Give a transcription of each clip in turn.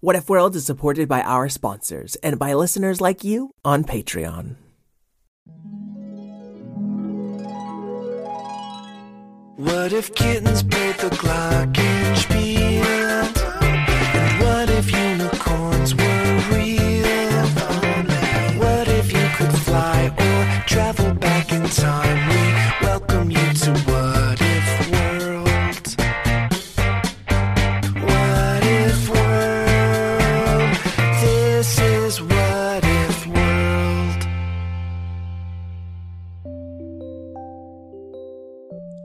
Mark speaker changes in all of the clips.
Speaker 1: What If World is supported by our sponsors and by listeners like you on Patreon.
Speaker 2: What if kittens played the glockenspiel? And what if unicorns were real? What if you could fly or travel back in time? We welcome you to What If World. What if world? This is What If World.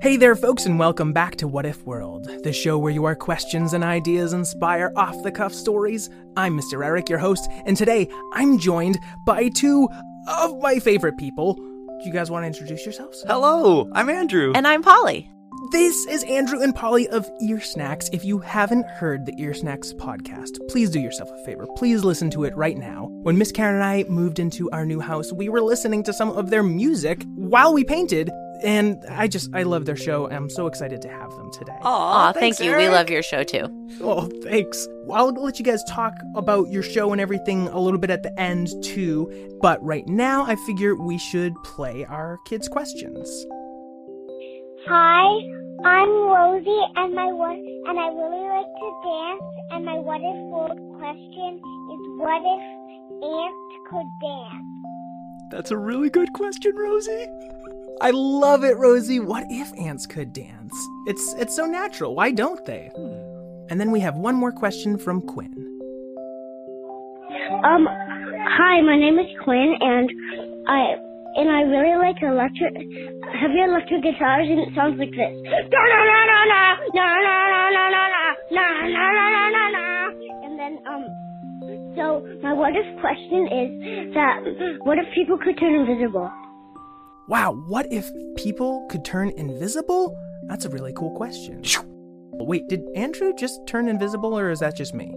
Speaker 3: Hey there, folks, and welcome back to What If World, the show where your questions and ideas inspire off the cuff stories. I'm Mr. Eric, your host, and today I'm joined by two of my favorite people. Do you guys want to introduce yourselves?
Speaker 4: Hello, I'm Andrew.
Speaker 5: And I'm Polly.
Speaker 3: This is Andrew and Polly of Ear Snacks. If you haven't heard the Ear Snacks podcast, please do yourself a favor. Please listen to it right now. When Miss Karen and I moved into our new house, we were listening to some of their music while we painted, and I just I love their show, and I'm so excited to have them today.
Speaker 5: Aw, thank you. We love your show too.
Speaker 3: Oh, thanks. I'll let you guys talk about your show and everything a little bit at the end, too. But right now, I figure we should play our kids' questions.
Speaker 6: Hi, I'm Rosie, and my what, and I really like to dance. And my what if world question is, what if ants could dance?
Speaker 3: That's a really good question, Rosie. I love it, Rosie. What if ants could dance? It's, it's so natural. Why don't they?
Speaker 5: Hmm.
Speaker 3: And then we have one more question from Quinn.
Speaker 6: Um, hi, my name is Quinn, and I and I really like electric, heavy electric guitars, and it sounds like this. Na na na na na na na na na na na na na na na na. And then um, so my what if question is that what if people could turn invisible?
Speaker 3: Wow, what if people could turn invisible? That's a really cool question. Wait, did Andrew just turn invisible, or is that just me?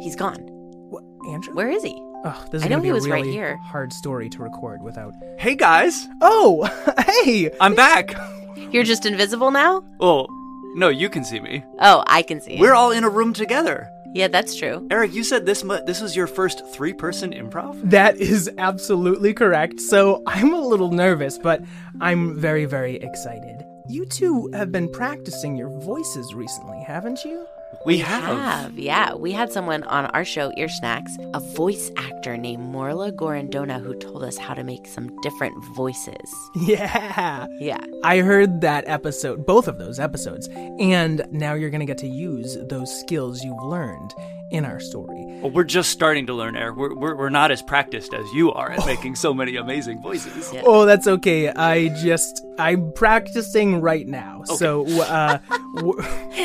Speaker 5: He's gone.
Speaker 3: What, Andrew?
Speaker 5: Where is he?
Speaker 3: Oh, this is
Speaker 5: I
Speaker 3: gonna
Speaker 5: know
Speaker 3: be
Speaker 5: he
Speaker 3: a
Speaker 5: was
Speaker 3: really
Speaker 5: right here.
Speaker 3: hard story to record without.
Speaker 4: Hey guys,
Speaker 3: Oh, hey!
Speaker 4: I'm back.
Speaker 5: You're just invisible now?
Speaker 4: Well, no, you can see me.
Speaker 5: Oh, I can see. him.
Speaker 4: We're all in a room together.
Speaker 5: yeah, that's true.
Speaker 4: Eric, you said this mu- this was your first three-person improv?
Speaker 3: That is absolutely correct. So I'm a little nervous, but I'm very, very excited. You two have been practicing your voices recently, haven't you?
Speaker 4: We have.
Speaker 5: Have, yeah. We had someone on our show, Ear Snacks, a voice actor named Morla Gorondona who told us how to make some different voices.
Speaker 3: Yeah.
Speaker 5: Yeah.
Speaker 3: I heard that episode, both of those episodes, and now you're going to get to use those skills you've learned in our story.
Speaker 4: Well, Oh, we're just starting to learn, Eric. We're, we're, we're not as practiced as you are at making so many amazing voices.
Speaker 5: Yeah.
Speaker 3: Oh, that's okay. I just, I'm practicing right now. So, uh, w-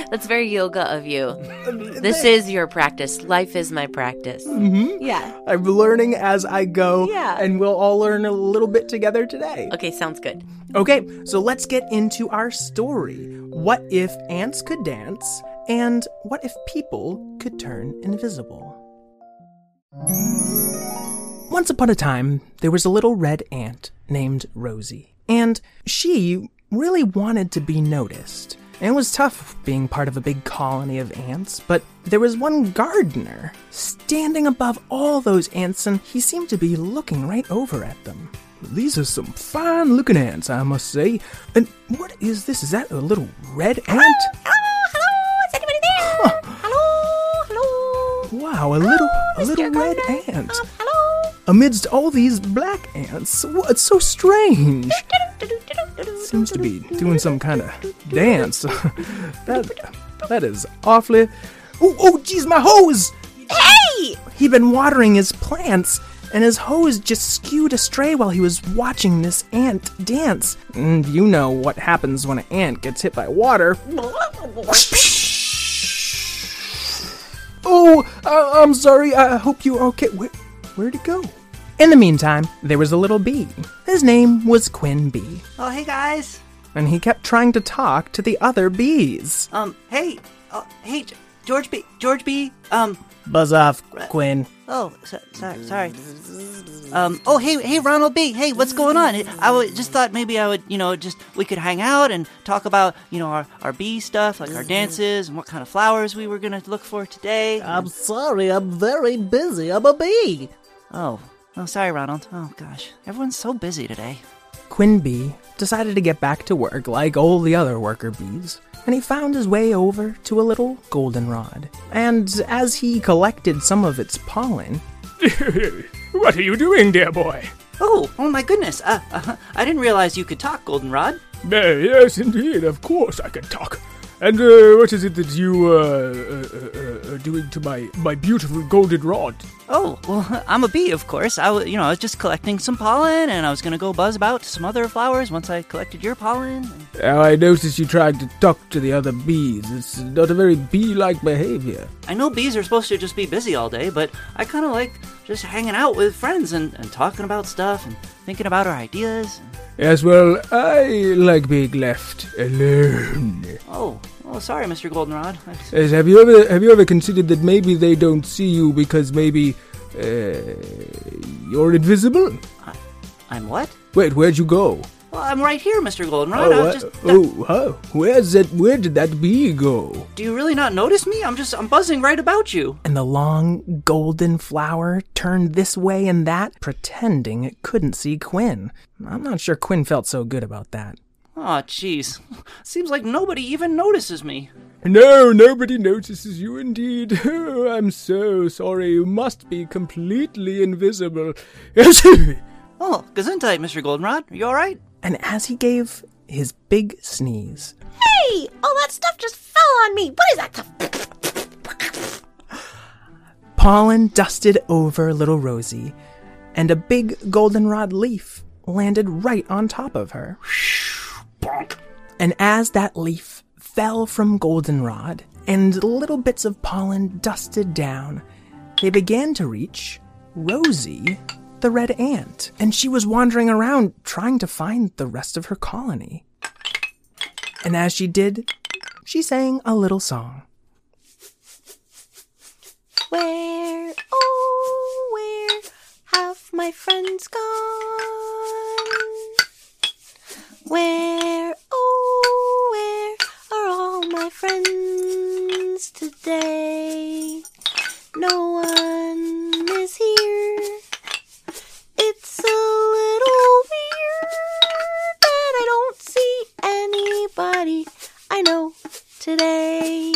Speaker 5: That's very yoga of you. This is your practice. Life is my practice. Mm-hmm. Yeah.
Speaker 3: I'm learning as I go,
Speaker 5: Yeah.
Speaker 3: and we'll all learn a little bit together today.
Speaker 5: Okay, sounds good.
Speaker 3: Okay, so let's get into our story. What if ants could dance? And what if people could turn invisible? Once upon a time, there was a little red ant named Rosie, and she really wanted to be noticed. And it was tough being part of a big colony of ants, but there was one gardener standing above all those ants, and he seemed to be looking right over at them. These are some fine looking ants, I must say. And what is this? Is that a little red ant?
Speaker 5: Hello, Oh, hello. Is anybody there? Hello, hello. Um,
Speaker 3: Wow, a little, a little red ant. Amidst all these black ants, Wha- it's so strange. Seems to be doing some kind of dance. that, that is awfully. Oh, oh, geez, my hose!
Speaker 5: Hey!
Speaker 3: He'd been watering his plants, and his hose just skewed astray while he was watching this ant dance. And you know what happens when an ant gets hit by water. Oh, I- I'm sorry. I hope you're okay. Where- where'd it go? In the meantime, there was a little bee. His name was Quinn Bee,
Speaker 7: Oh, hey guys.
Speaker 3: and he kept trying to talk to the other bees.
Speaker 7: Um, hey, uh, hey, J- George B. George B. Um.
Speaker 3: Buzz off, Quinn.
Speaker 7: Oh, so, sorry, sorry. Um. Oh, hey, hey, Ronald B. Hey, what's going on? I would, just thought maybe I would, you know, just we could hang out and talk about, you know, our our bee stuff, like our dances and what kind of flowers we were gonna look for today.
Speaker 8: I'm sorry, I'm very busy. I'm a bee.
Speaker 7: oh. Oh, sorry, Ronald. Oh gosh, everyone's so busy today.
Speaker 3: Quinn Bee decided to get back to work like all the other worker bees, and he found his way over to a little goldenrod. And as he collected some of its pollen,
Speaker 9: What are you doing, dear boy?
Speaker 7: Oh, oh my goodness. Uh, uh, I didn't realize you could talk, Goldenrod.
Speaker 9: Eh, yes, indeed, of course I can talk. And uh, what is it that you uh, uh, uh, are doing to my, my beautiful golden rod?
Speaker 7: Oh, well, I'm a bee, of course. I, wa- you know, I was just collecting some pollen, and I was gonna go buzz about to some other flowers once I collected your pollen.
Speaker 9: Now, Oh, I noticed you trying to talk to the other bees. It's not a very bee like behavior.
Speaker 7: I know bees are supposed to just be busy all day, but I kind of like just hanging out with friends and, and talking about stuff and thinking about our ideas.
Speaker 9: Yes, well, I like being left alone.
Speaker 7: Oh, oh, sorry, Mr. Goldenrod. I just-
Speaker 9: Yes, have you ever have you ever considered that maybe they don't see you because maybe uh, you're invisible?
Speaker 7: I'm what?
Speaker 9: Wait, where'd you go?
Speaker 7: Well, I'm right here, Mr. Goldenrod. I
Speaker 9: Oh,
Speaker 7: was
Speaker 9: uh,
Speaker 7: just.
Speaker 9: oh, huh. Where's that? Where did that bee go?
Speaker 7: Do you really not notice me? I'm just, I'm buzzing right about you.
Speaker 3: and the long golden flower turned this way and that, pretending it couldn't see Quinn. I'm not sure Quinn felt so good about that.
Speaker 7: Aw, jeez. Seems like nobody even notices me.
Speaker 9: No, nobody notices you. Indeed, oh, I'm so sorry. You must be completely invisible. Yes.
Speaker 7: Oh, Gesundheit, Mr. Goldenrod. Are you alright?
Speaker 3: And as he gave his big sneeze,
Speaker 5: Hey! All that stuff just fell on me. What is that stuff?
Speaker 3: pollen dusted over little Rosie, and a big goldenrod leaf landed right on top of her. And as that leaf fell from goldenrod and little bits of pollen dusted down, they began to reach Rosie, the red ant. And she was wandering around trying to find the rest of her colony. And as she did, she sang a little song.
Speaker 5: Where, oh, where have my friends gone? Where, oh, where are all my friends today? No one is here. It's a little weird that I don't see anybody I know today.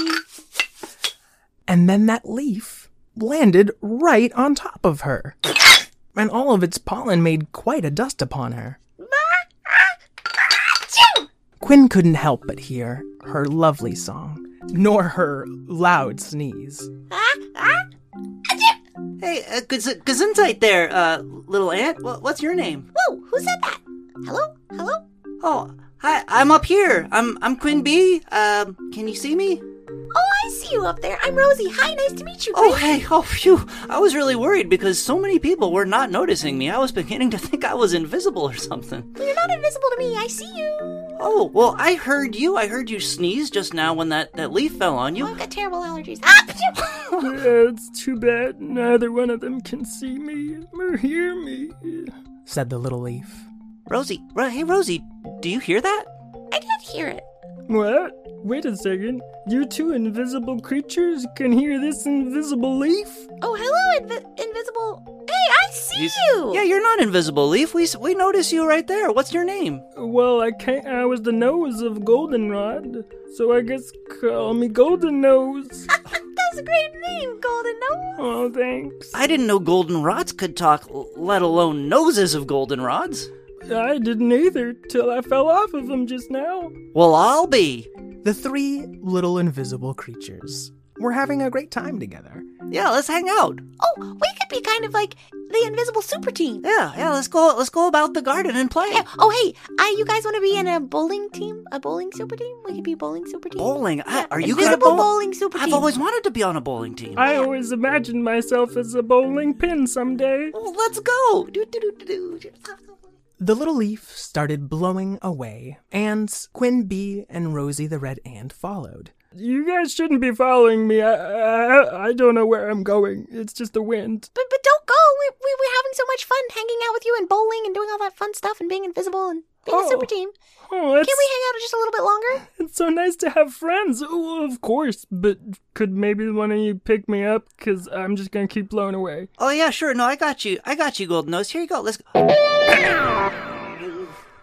Speaker 3: and then that leaf landed right on top of her. And all of its pollen made quite a dust upon her. Quinn couldn't help but hear her lovely song, nor her loud sneeze.
Speaker 7: Hey, uh, Ges- Gesundheit there, uh, little ant. Wha what's your name?
Speaker 5: Whoa, who said that? Hello? Hello?
Speaker 7: Oh, hi, I'm up here. I'm, I'm Quinn B. Um, can you see me?
Speaker 5: Oh, I see you up there. I'm Rosie. Hi, nice to meet you.
Speaker 7: Oh,
Speaker 5: Grace.
Speaker 7: hey, oh, phew. I was really worried because so many people were not noticing me. I was beginning to think I was invisible or something.
Speaker 5: You're not invisible to me. I see you.
Speaker 7: Oh, well, I heard you. I heard you sneeze just now when that, that leaf fell on
Speaker 5: Oh,
Speaker 7: you.
Speaker 5: I've got terrible allergies. Ah, phew.
Speaker 9: it's too bad neither one of them can see me or hear me.
Speaker 3: Said the little leaf.
Speaker 7: Rosie, Ro- hey, Rosie, do you hear that?
Speaker 5: I did hear it.
Speaker 9: What? Wait a second. You two invisible creatures can hear this invisible leaf?
Speaker 5: Oh, hello, invi- invisible. Hey, I see you.
Speaker 7: Yeah, you're not invisible, Leaf. We, s- we notice you right there. What's your name?
Speaker 9: Well, I can't. I was the nose of Goldenrod, so I guess call me Golden Nose.
Speaker 5: That's a great name, Golden Gnome.
Speaker 9: Oh, thanks.
Speaker 7: I didn't know goldenrods could talk, l- let alone noses of goldenrods.
Speaker 9: I didn't either till I fell off of him just now.
Speaker 7: Well, I'll be.
Speaker 3: The three little invisible creatures were having a great time together.
Speaker 7: Yeah, let's hang out.
Speaker 5: Oh, we could be kind of like the invisible super team.
Speaker 7: Yeah, yeah, let's go. Let's go about the garden and play
Speaker 5: Yeah. Oh, hey, uh, you guys want to be in a bowling team? A bowling super team? We could be a bowling super team.
Speaker 7: bowling. I,
Speaker 5: Yeah,
Speaker 7: are you
Speaker 5: invisible
Speaker 7: gonna bowl?
Speaker 5: bowling super
Speaker 7: I've
Speaker 5: team.
Speaker 7: always wanted to be on a bowling team.
Speaker 9: I always imagined myself as a bowling pin someday.
Speaker 7: Well, let's go.
Speaker 5: Do, do, do, do, do.
Speaker 3: The little leaf started blowing away, and Quinn Bee and Rosie the Red Ant followed.
Speaker 9: You guys shouldn't be following me. I, I, I don't know where I'm going. It's just the wind.
Speaker 6: But but don't go. We, we we're having so much fun hanging out with you and bowling and doing all that fun stuff and being invisible and being a super team.
Speaker 9: Oh, that's-
Speaker 6: Can we hang out just a little bit longer?
Speaker 9: It's so nice to have friends. Oh, of course, but could maybe one of you pick me up? Because I'm just going to keep blown away.
Speaker 4: Oh yeah, sure. No, I got you. I got you, Golden Nose. Here you go. Let's go.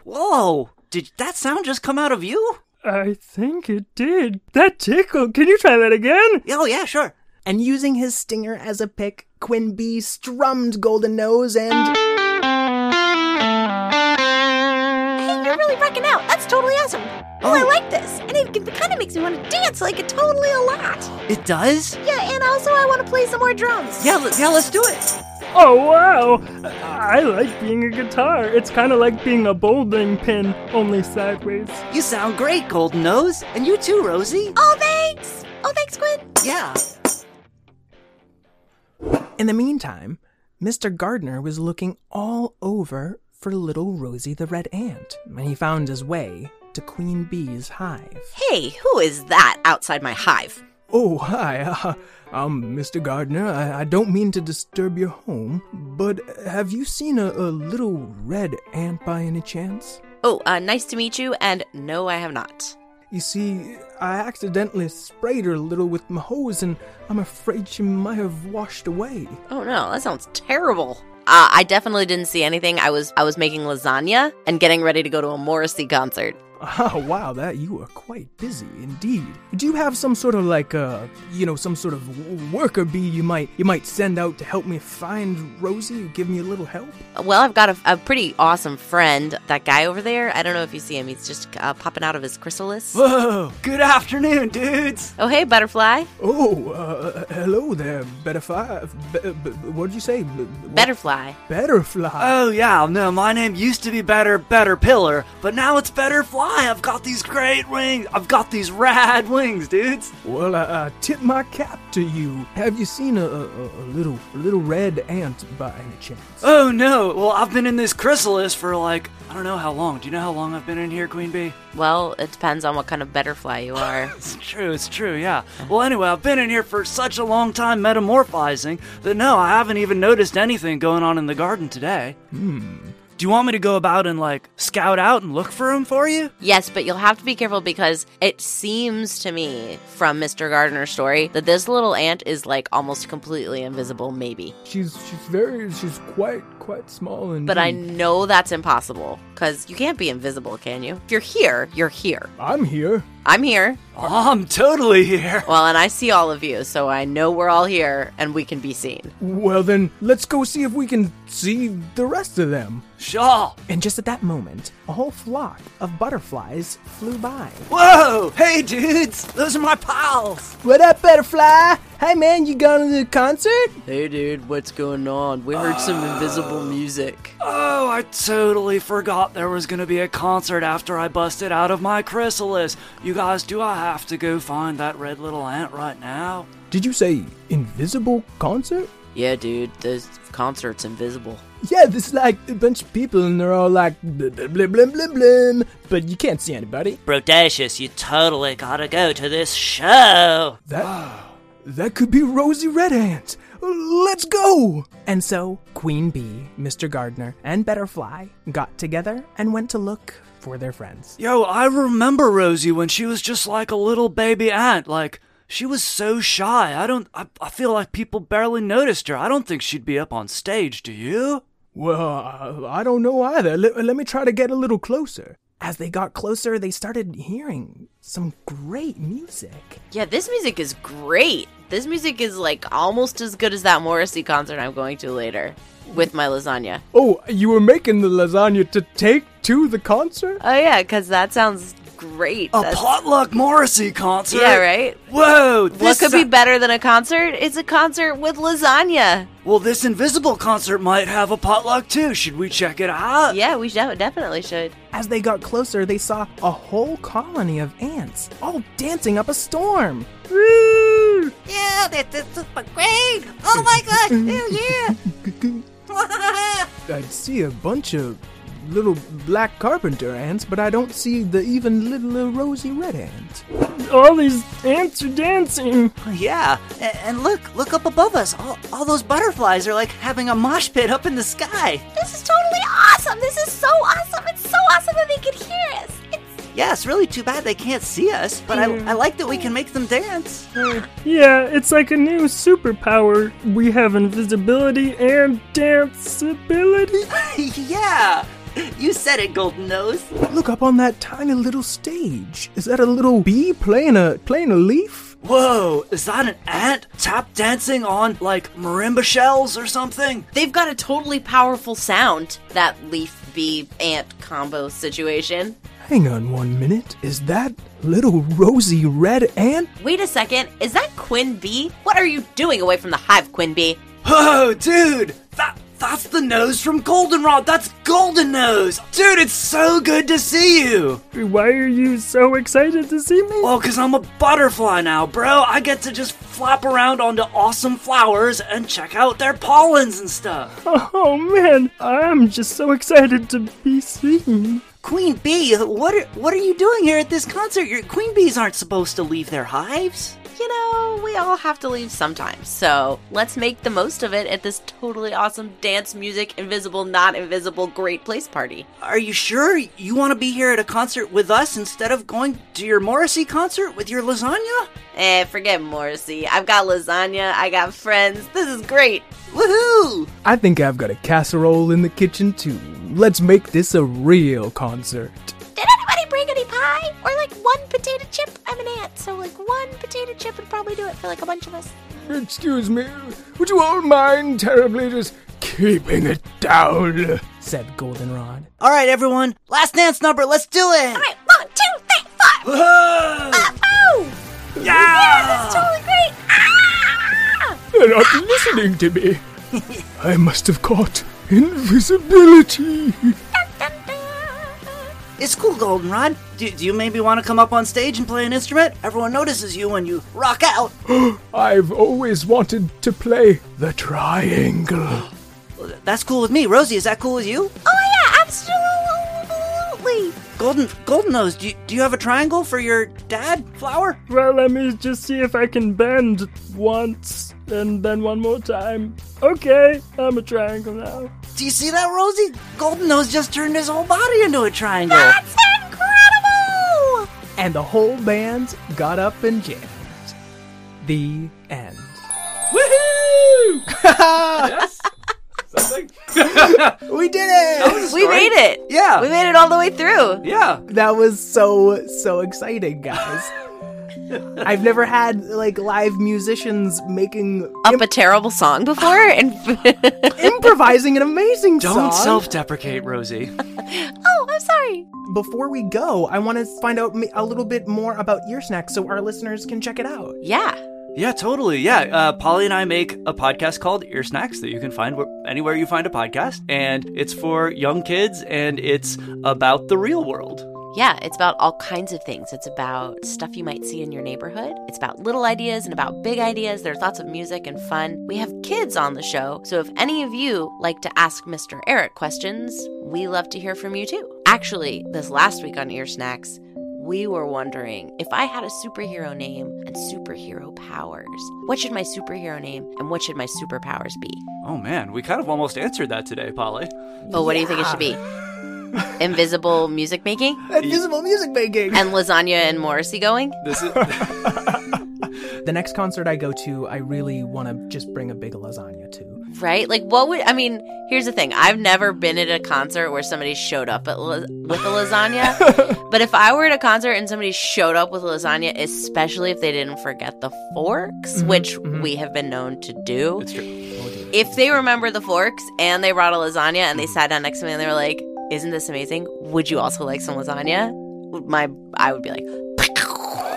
Speaker 4: Whoa! Did that sound just come out of you?
Speaker 9: I think it did. That tickled. Can you try that again?
Speaker 4: Oh, yeah, sure.
Speaker 3: And using his stinger as a pick, Quinby strummed Golden Nose and.
Speaker 6: Hey, you're really rocking out. That's totally awesome. Oh, I like this, and it, it kind of makes me want to dance like it totally a lot.
Speaker 4: It does?
Speaker 6: Yeah, and also I want to play some more drums.
Speaker 4: Yeah, let- yeah, let's do it.
Speaker 9: Oh, wow! I I like being a guitar. It's kind of like being a bowling pin, only sideways.
Speaker 4: You sound great, Golden Nose, and you too, Rosie.
Speaker 6: Oh, thanks. Oh, thanks, Quinn.
Speaker 4: Yeah.
Speaker 3: In the meantime, Mr. Gardner was looking all over for little Rosie the Red Ant, and he found his way to Queen Bee's hive.
Speaker 5: Hey, who is that outside my hive?
Speaker 3: Oh, hi. Uh, I'm Mr. Gardner. I, I don't mean to disturb your home, but have you seen a, a little red ant by any chance?
Speaker 5: Oh, uh, nice to meet you, and no, I have not.
Speaker 3: You see, I accidentally sprayed her a little with my hose, and I'm afraid she might have washed away.
Speaker 5: Oh no, that sounds terrible. Uh, I definitely didn't see anything. I was I was making lasagna and getting ready to go to a Morrissey concert.
Speaker 3: Oh, wow, that you are quite busy indeed. Do you have some sort of like uh, you know, some sort of w- worker bee you might you might send out to help me find Rosie or give me a little help?
Speaker 5: Well, I've got a, a pretty awesome friend. That guy over there. I don't know if you see him. He's just uh, popping out of his chrysalis.
Speaker 3: Whoa!
Speaker 4: Good afternoon, dudes.
Speaker 5: Oh hey, butterfly.
Speaker 3: Oh, uh, hello there, Betterfly. Be- be- what'd you say? Be- what-
Speaker 5: Butterfly.
Speaker 3: Betterfly.
Speaker 5: uh,
Speaker 4: Oh yeah, no, my name used to be Better Better Pillar, but now it's Better Fly. I've got these great wings. I've got these rad wings, dudes.
Speaker 3: Well, I, I tip my cap to you. Have you seen a, a, a a little a little red ant by any chance?
Speaker 5: Uh,
Speaker 4: Oh no. Well, I've been in this chrysalis for like I don't know how long. Do you know how long I've been in here, Queen Bee?
Speaker 5: Well, it depends on what kind of butterfly you are.
Speaker 4: It's true, it's true, yeah. Well, anyway, I've been in here for such a long time metamorphizing that no, I haven't even noticed anything going on in the garden today. Hmm. Do you want me to go about and like scout out and look for him for you?
Speaker 5: Yes, but you'll have to be careful because it seems to me from Mr. Gardner's story that this little ant is like almost completely invisible, maybe.
Speaker 9: She's she's very she's quite quite small and.
Speaker 5: But I know that's impossible because you can't be invisible, can you? If you're here, you're here.
Speaker 9: I'm here.
Speaker 5: I'm here.
Speaker 4: Oh, I'm totally here.
Speaker 5: Well, and I see all of you, so I know we're all here and we can be seen.
Speaker 9: Well then,
Speaker 3: Let's go see if we can see the rest of them.
Speaker 4: Shaw.
Speaker 3: And just at that moment, a whole flock of butterflies flew by.
Speaker 4: Whoa! Hey, dudes! Those are my pals!
Speaker 3: What up, butterfly? Hey, man, you going to the concert?
Speaker 5: Hey, dude, what's going on? We heard some invisible music.
Speaker 4: Oh, I totally forgot there was gonna be a concert after I busted out of my chrysalis. You guys, do I have to go find that red little ant right now?
Speaker 9: did you say invisible concert?
Speaker 5: Yeah, dude, this concert's invisible.
Speaker 3: Yeah, there's like a bunch of people, and they're all like blim blim blim blim blim, but you can't see anybody.
Speaker 4: Brodacious, you totally gotta go to this show!
Speaker 3: That that could be Rosie Red Ant. Let's go! And so Queen Bee, Mr. Gardner, and Butterfly got together and went to look for their friends.
Speaker 4: Yo, I remember Rosie when she was just like a little baby ant. Like, she was so shy. I don't. I, I feel like people barely noticed her. I don't think she'd be up on stage, do you?
Speaker 3: Well, I don't know either. Let, let me try to get a little closer. As they got closer, they started hearing some great music.
Speaker 5: Yeah, this music is great. This music is like almost as good as that Morrissey concert I'm going to later with my lasagna.
Speaker 9: Oh, you were making the lasagna to take to the concert?
Speaker 5: Oh yeah, because that sounds great.
Speaker 4: A
Speaker 5: That's-
Speaker 4: potluck Morrissey concert?
Speaker 5: Yeah, right?
Speaker 4: Whoa!
Speaker 5: What
Speaker 4: This
Speaker 5: could
Speaker 4: so-
Speaker 5: be better than a concert? It's a concert with lasagna.
Speaker 4: Well, this invisible concert might have a potluck too. Should we check it out?
Speaker 5: Yeah, we de- definitely should.
Speaker 3: As they got closer, they saw a whole colony of ants, all dancing up a storm.
Speaker 6: Yeah, that, that's just great. Oh my gosh. Hell yeah.
Speaker 3: I'd see a bunch of little black carpenter ants, but I don't see the even little rosy red ant.
Speaker 10: All these ants are dancing.
Speaker 7: Yeah, a- and look, look up above us. All, all those butterflies are like having a mosh pit up in the sky.
Speaker 11: This is totally awesome. This is so awesome. It's so awesome that they could hear us.
Speaker 7: Yeah, it's really too bad they can't see us, but I, I like that we can make them dance.
Speaker 10: Yeah, it's like a new superpower. We have invisibility and danceability.
Speaker 7: yeah, you said it, Golden Nose.
Speaker 3: Look up on that tiny little stage. Is that a little bee playing a playing a leaf?
Speaker 7: Whoa, is that an ant tap dancing on like marimba shells or something?
Speaker 5: They've got a totally powerful sound, that leaf bee ant combo situation.
Speaker 3: Hang on one minute. Is that little rosy red ant?
Speaker 5: Wait a second, is that Quinn Bee? What are you doing away from the hive, Quinn Bee?
Speaker 7: Oh, dude, that that's the nose from Goldenrod. That's Golden Nose. Dude, it's so good to see you.
Speaker 10: Why are you so excited to see me?
Speaker 7: Well, cuz I'm a butterfly now, bro. I get to just flap around onto awesome flowers and check out their pollens and stuff.
Speaker 10: Oh man, I'm just so excited to be seen.
Speaker 7: Queen Bee, what are, what are you doing here at this concert? Your queen bees aren't supposed to leave their hives.
Speaker 5: You know, we all have to leave sometimes, so let's make the most of it at this totally awesome dance, music, invisible, not invisible, great place party.
Speaker 7: Are you sure you want to be here at a concert with us instead of going to your Morrissey concert with your lasagna?
Speaker 5: Eh, forget Morrissey. I've got lasagna, I got friends. This is great.
Speaker 7: Woohoo!
Speaker 3: I think I've got a casserole in the kitchen too. Let's make this a real concert.
Speaker 11: Did anybody bring any pie? Or like one potato chip? I'm an ant, so like one potato chip would probably do it for like a bunch of us.
Speaker 9: Excuse me, would you all mind terribly just keeping it down?
Speaker 3: Said Goldenrod.
Speaker 7: All right, everyone, last dance number. Let's do it.
Speaker 11: All right, one, two, three, four.
Speaker 7: Whoa!
Speaker 11: Oh!
Speaker 7: Yeah!
Speaker 11: Yeah, that's totally great. Ah!
Speaker 9: They're not listening to me. I must have caught invisibility.
Speaker 11: Dun, dun, dun.
Speaker 7: It's cool, Goldenrod. Do, do you maybe want to come up on stage and play an instrument? Everyone notices you when you rock out.
Speaker 9: I've always wanted to play the triangle.
Speaker 7: That's cool with me. Rosie, is that cool with you?
Speaker 11: Oh yeah, absolutely.
Speaker 7: Golden Golden Nose, do you, do you have a triangle for your dad flower?
Speaker 10: Well, let me just see if I can bend once and then one more time. Okay, I'm a triangle now.
Speaker 7: Do you see that, Rosie? Golden Nose just turned his whole body into a triangle.
Speaker 11: That's incredible.
Speaker 3: And the whole band got up and jammed. The end. We did it!
Speaker 5: We made it.
Speaker 7: Yeah.
Speaker 5: We made it all the way through.
Speaker 7: Yeah.
Speaker 3: That was so, so exciting, guys. I've never had like live musicians making
Speaker 5: Up a terrible song before and
Speaker 3: improvising an amazing song.
Speaker 4: Don't self deprecate, Rosie.
Speaker 11: Oh, I'm sorry.
Speaker 3: Before we go, I want to find out m- a little bit more about Ear Snack so our listeners can check it out.
Speaker 5: yeah.
Speaker 4: Yeah, totally. Yeah. Uh, Polly and I make a podcast called Ear Snacks that you can find where, anywhere you find a podcast. And it's for young kids and it's about the real world.
Speaker 5: Yeah, it's about all kinds of things. It's about stuff you might see in your neighborhood. It's about little ideas and about big ideas. There's lots of music and fun. We have kids on the show, so if any of you like to ask Mr. Eric questions, we love to hear from you too. Actually, this last week on Ear Snacks, we were wondering if I had a superhero name and superhero powers, what should my superhero name and what should my superpowers be?
Speaker 4: Oh, man. We kind of almost answered that today, Polly.
Speaker 5: But what do you think it should be? Invisible music making
Speaker 3: Invisible music making.
Speaker 5: and lasagna and Morrissey going?
Speaker 4: This is.
Speaker 3: The next concert I go to, I really want to just bring a big lasagna to.
Speaker 5: Right? Like, what would I mean? Here's the thing: I've never been at a concert where somebody showed up at la- with a lasagna. but if I were at a concert and somebody showed up with lasagna, especially if they didn't forget the forks, which we have been known to do,
Speaker 4: Mm-hmm, It's true.
Speaker 5: if they remember the forks and they brought a lasagna and they
Speaker 4: Mm-hmm.
Speaker 5: sat down next to me and they were like, "Isn't this amazing? Would you also like some lasagna?" My, I would be like,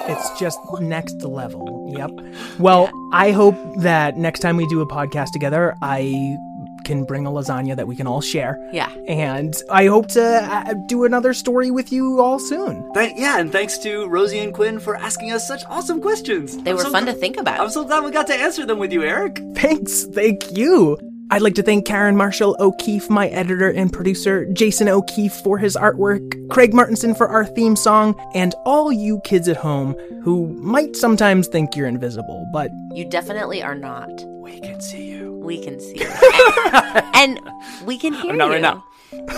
Speaker 3: It's just next level. Yep. Well, I hope that next time we do a podcast together, I can bring a lasagna that we can all share.
Speaker 5: "Yeah,
Speaker 3: And I hope to uh, do another story with you all soon.
Speaker 4: Thank, yeah, and thanks to Rosie and Quinn for asking us such awesome questions.
Speaker 5: they
Speaker 4: I'm
Speaker 5: were
Speaker 4: so
Speaker 5: fun
Speaker 4: gl-
Speaker 5: to think
Speaker 4: I'm
Speaker 5: about."
Speaker 4: so glad we got to answer them with you, Eric.
Speaker 3: Thanks. Thank you. I'd like to thank Karen Marshall O'Keefe, my editor and producer, Jason O'Keefe for his artwork, Craig Martinson for our theme song, and all you kids at home who might sometimes think you're invisible, but
Speaker 5: You definitely are not.
Speaker 4: We can see you.
Speaker 5: We can see you. and we can hear
Speaker 3: not
Speaker 5: you.
Speaker 3: right now.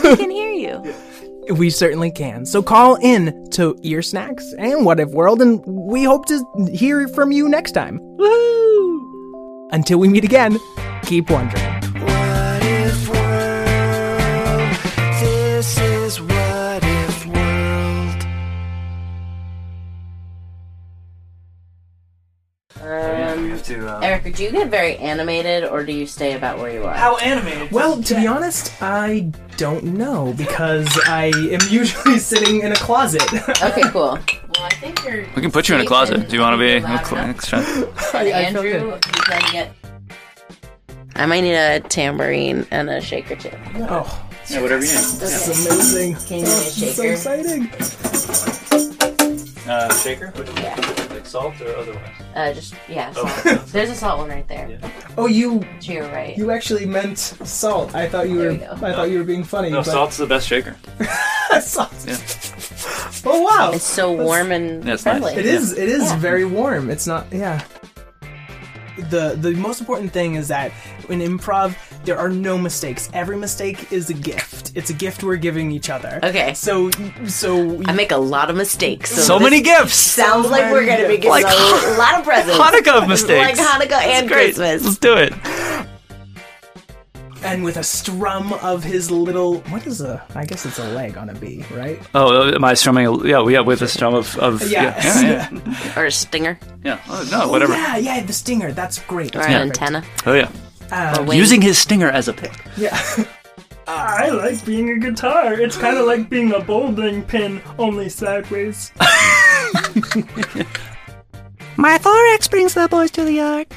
Speaker 5: We can hear you.
Speaker 3: we certainly can. So call in to Ear Snacks and What If World, and we hope to hear from you next time. Woo! Until we meet again, keep wondering.
Speaker 2: What if world? This is what if world.
Speaker 5: Um,
Speaker 4: to, uh,
Speaker 5: Erica, do you get very animated or do you stay about where you are?
Speaker 4: How animated?
Speaker 3: Well, to be honest, I don't know because I am usually sitting in a closet.
Speaker 5: okay, cool. Well, I think you're.
Speaker 12: We can put you in a closet. Do you want to be? Extra.
Speaker 5: Andrew, you can get. I might need a tambourine and a shaker too.
Speaker 3: Oh.
Speaker 12: Yeah, whatever you need.
Speaker 3: This is amazing.
Speaker 5: Can you give me a shaker?
Speaker 3: so exciting.
Speaker 4: Uh, shaker? Like salt or otherwise?
Speaker 5: Uh, just yeah.
Speaker 4: Oh.
Speaker 5: Salt. There's a salt one right there.
Speaker 3: Oh, you.
Speaker 5: To your right.
Speaker 3: You actually meant salt. I thought you were. I thought you were being funny.
Speaker 4: No,
Speaker 3: but-
Speaker 4: salt's the best shaker.
Speaker 3: salt.
Speaker 12: Yeah.
Speaker 3: Oh wow!
Speaker 5: It's so warm and
Speaker 4: Yeah, it's nice.
Speaker 5: friendly.
Speaker 3: It is. It is
Speaker 5: Yeah.
Speaker 3: very warm. It's not. Yeah. The the most important thing is that in improv there are no mistakes. Every mistake is a gift. It's a gift we're giving each other.
Speaker 5: Okay.
Speaker 3: So so
Speaker 5: I make a lot of mistakes. So,
Speaker 4: So
Speaker 5: this
Speaker 4: many gifts!
Speaker 5: Sounds like we're gonna be getting
Speaker 4: Like
Speaker 5: a lot of presents.
Speaker 4: Hanukkah of mistakes.
Speaker 5: Like Hanukkah
Speaker 4: That's
Speaker 5: and
Speaker 4: great.
Speaker 5: Christmas.
Speaker 4: Let's do it.
Speaker 3: and with a strum of his little what is a I guess it's a leg on a B, right?
Speaker 4: Oh, am I strumming? a- Yeah, we have with a strum of. of
Speaker 3: Yes.
Speaker 4: Yeah, yeah, yeah.
Speaker 5: Or a stinger.
Speaker 4: Yeah. Oh, no, whatever.
Speaker 3: Oh, yeah, yeah, the stinger. That's great.
Speaker 5: Or
Speaker 3: That's
Speaker 5: an
Speaker 3: perfect.
Speaker 5: antenna.
Speaker 4: Oh, yeah.
Speaker 5: Uh,
Speaker 3: Um,
Speaker 4: Using his stinger as a pick.
Speaker 10: I like being a guitar. It's kind of like being a bowling pin, only sideways.
Speaker 7: My thorax brings the boys to the yard.